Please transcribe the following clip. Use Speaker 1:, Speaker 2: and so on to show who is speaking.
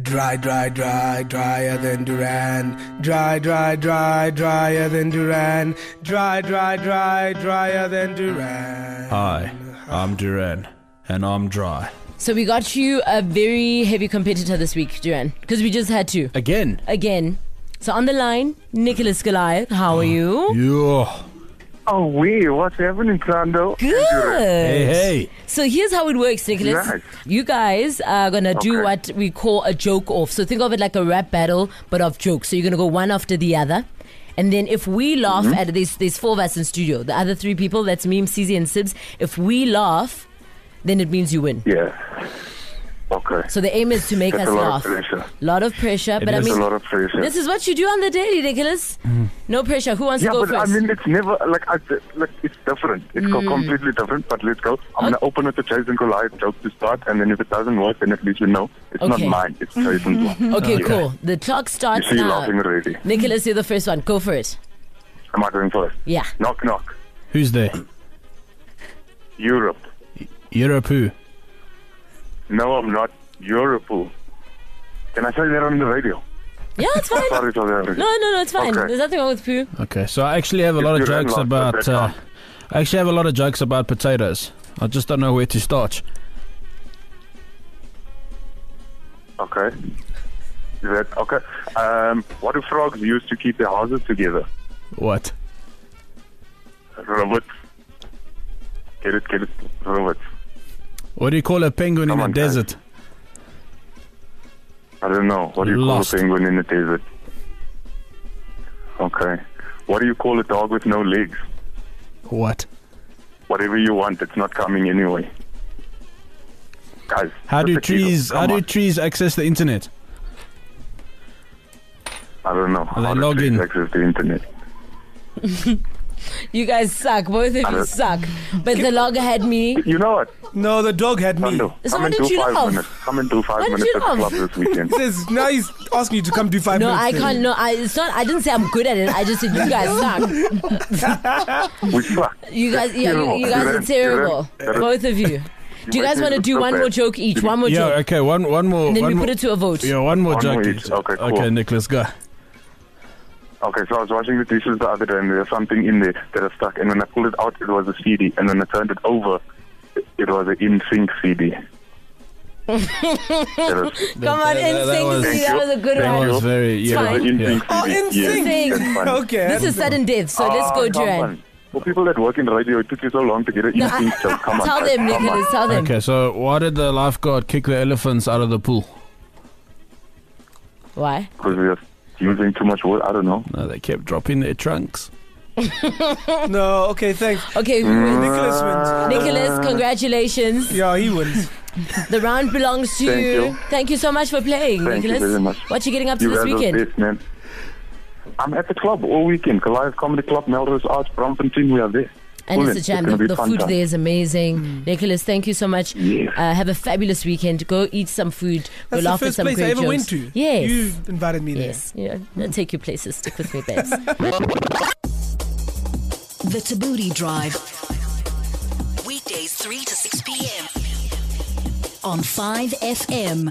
Speaker 1: Dry, dry, dry, drier than Duran. Dry, dry, dry, drier than Duran. Dry, dry, dry, drier than Duran.
Speaker 2: Hi, I'm Duran, and I'm dry.
Speaker 3: So we got you a very heavy competitor this week, Duran, because we just had two
Speaker 2: Again?
Speaker 3: again. So on the line, Nicholas Goliath, how are you?
Speaker 2: Yeah.
Speaker 4: Oh, we what's happening, Sando?
Speaker 2: Hey,
Speaker 3: Good.
Speaker 2: hey.
Speaker 3: So here's how it works, Nicholas.
Speaker 4: Nice.
Speaker 3: You guys are gonna do
Speaker 4: Okay.
Speaker 3: what we call a joke off. So think of it like a rap battle, but of jokes. So you're gonna go one after the other. And then if we laugh
Speaker 4: Mm-hmm.
Speaker 3: at these there's four of us in studio. The other three people, that's me, Mcz, and Sibs. If we laugh, then it means you win.
Speaker 4: Yeah. Okay.
Speaker 3: So the aim is to make us
Speaker 4: That's a lot of
Speaker 3: laugh.
Speaker 4: pressure.
Speaker 3: lot of pressure, but I
Speaker 2: is.
Speaker 4: It's
Speaker 3: mean,
Speaker 4: a lot of pressure.
Speaker 3: This is what you do on the daily, Nicholas. No pressure. Who wants
Speaker 4: Mm-hmm. yeah,
Speaker 3: to go
Speaker 4: but
Speaker 3: first? Hmm.
Speaker 4: I mean, it's never like I, like it's different. It's co- completely different. But let's go. I'm gonna open with the Jason Goliath joke to start, and then if it doesn't work, then at least you know it's not
Speaker 3: Okay. Mm-hmm.
Speaker 4: mine. It's Jason's one.
Speaker 3: okay, cool. The clock
Speaker 4: You
Speaker 3: starts
Speaker 4: see,
Speaker 3: now.
Speaker 4: laughing already.
Speaker 3: Nicholas, you're the first one. Go for it.
Speaker 4: Am I going first?
Speaker 3: Yeah.
Speaker 4: Knock, knock.
Speaker 2: Who's there?
Speaker 4: Europe.
Speaker 2: Europe who?
Speaker 4: No, I'm not. Europe. Can I say that on the radio?
Speaker 3: Yeah, it's fine.
Speaker 4: Sorry for that.
Speaker 3: No, no, no, it's fine.
Speaker 4: Okay.
Speaker 3: There's nothing wrong with poo.
Speaker 2: Okay, so I actually have a lot of
Speaker 4: Duran
Speaker 2: jokes
Speaker 4: laughed at
Speaker 2: about.
Speaker 4: that
Speaker 2: Uh,
Speaker 4: time.
Speaker 2: I actually have a lot of jokes about potatoes. I just don't know where to start.
Speaker 4: Okay. Is that okay? Um, what do frogs use to keep their houses together?
Speaker 2: What?
Speaker 4: Robots. Get it, get it, robots.
Speaker 2: What do you call a penguin
Speaker 4: Come
Speaker 2: in
Speaker 4: on,
Speaker 2: a
Speaker 4: guys.
Speaker 2: desert?
Speaker 4: I don't know. What do you
Speaker 2: Lost.
Speaker 4: call a penguin in the desert? Okay. What do you call a dog with no legs?
Speaker 2: What?
Speaker 4: Whatever you want, it's not coming anyway. Guys.
Speaker 2: How do
Speaker 4: just a giggle.
Speaker 2: trees? How
Speaker 4: Come
Speaker 2: do
Speaker 4: on.
Speaker 2: trees access the internet?
Speaker 4: I don't know.
Speaker 2: they
Speaker 4: How do
Speaker 2: log
Speaker 4: trees
Speaker 2: in?
Speaker 4: access the internet?
Speaker 3: You guys suck. Both of you
Speaker 4: don't-
Speaker 3: suck. But the log had me.
Speaker 4: You know what?
Speaker 5: No, the dog had me.
Speaker 4: Thundo,
Speaker 3: So
Speaker 4: come
Speaker 3: why
Speaker 4: and
Speaker 3: don't
Speaker 4: do
Speaker 3: you
Speaker 4: five
Speaker 3: laugh?
Speaker 4: minutes. Come and do five
Speaker 3: Why don't
Speaker 4: minutes
Speaker 3: you
Speaker 4: at the
Speaker 3: laugh?
Speaker 4: club this weekend.
Speaker 5: Says, now he's asking you to come do five
Speaker 3: No, I
Speaker 5: minutes.
Speaker 3: can't. No, I, it's not. I didn't say I'm good at it. I just said you guys suck.
Speaker 4: we suck.
Speaker 3: You guys, yeah, you, you
Speaker 4: Terrible.
Speaker 3: guys are
Speaker 4: Durant,
Speaker 3: terrible.
Speaker 4: Durant.
Speaker 3: Both of you. Do you guys want
Speaker 4: might
Speaker 3: to
Speaker 4: need to
Speaker 3: do one
Speaker 4: prepare.
Speaker 3: more joke each? One more
Speaker 2: yeah.
Speaker 3: joke.
Speaker 2: Okay. One. One more.
Speaker 3: And then
Speaker 2: one
Speaker 3: we
Speaker 2: more,
Speaker 3: put it to a vote.
Speaker 2: Yeah. One more
Speaker 4: One
Speaker 2: joke.
Speaker 4: more
Speaker 2: each.
Speaker 4: each. Okay, cool.
Speaker 2: Okay. Nicholas, go.
Speaker 4: Okay, so I was washing the dishes the other day, and there was something in there that was stuck. And when I pulled it out, it was a CD. And when I turned it over, it was an in sync CD. that was,
Speaker 3: Come on,
Speaker 2: That- that-
Speaker 3: in
Speaker 2: that
Speaker 3: sync.
Speaker 2: was-
Speaker 3: See, That was a good
Speaker 2: That
Speaker 3: one.
Speaker 2: was very. Yeah.
Speaker 3: fine.
Speaker 4: an in sync
Speaker 2: yeah.
Speaker 5: Oh,
Speaker 4: CD.
Speaker 5: in
Speaker 4: Yes,
Speaker 3: sync.
Speaker 4: that's fine.
Speaker 5: Okay.
Speaker 3: This is sudden death, so let's
Speaker 4: Ah,
Speaker 3: go,
Speaker 4: come
Speaker 3: Duran.
Speaker 4: on. For people that work in radio, it took you so long to get an in sync joke. Come on.
Speaker 3: Tell
Speaker 4: guys,
Speaker 3: them,
Speaker 4: come on.
Speaker 3: Nicholas. Tell them.
Speaker 2: Okay. So why did the lifeguard kick the elephants out of the pool?
Speaker 3: Why?
Speaker 4: Because we're using too much wood. I don't know.
Speaker 2: No, they kept dropping their trunks.
Speaker 5: No, okay, thanks.
Speaker 3: Okay, who
Speaker 4: Mm.
Speaker 3: wins?
Speaker 5: Nicholas
Speaker 3: Uh,
Speaker 5: wins.
Speaker 3: Nicholas, congratulations.
Speaker 5: Yeah, he wins.
Speaker 3: The round belongs to
Speaker 4: Thank
Speaker 3: you.
Speaker 4: you.
Speaker 3: Thank you so much for playing,
Speaker 4: Thank you
Speaker 3: Nicholas.
Speaker 4: very much.
Speaker 3: What you getting up to
Speaker 4: You
Speaker 3: this
Speaker 4: guys are
Speaker 3: weekend?
Speaker 4: best, man. I'm at the club all weekend. Goliath Comedy Club, Melrose Arts, Brompton. We are there.
Speaker 3: And
Speaker 4: Cool,
Speaker 3: it's a jam.
Speaker 4: gonna
Speaker 3: The,
Speaker 4: be
Speaker 3: the
Speaker 4: fun
Speaker 3: food
Speaker 4: time. Mm.
Speaker 3: there is amazing. Nicholas, thank you so much.
Speaker 4: Yes.
Speaker 3: Uh, have a fabulous weekend. Go eat some food.
Speaker 5: That's
Speaker 3: go
Speaker 5: the
Speaker 3: laugh at
Speaker 5: first
Speaker 3: some
Speaker 5: place I
Speaker 3: great
Speaker 5: ever
Speaker 3: jokes.
Speaker 5: went to.
Speaker 3: Yes.
Speaker 5: You invited me there.
Speaker 3: yes. Yeah. I'll take you places. Stick with me, babes.
Speaker 6: The Tabooty Drive. Weekdays 3 to 6 p.m. on 5 FM.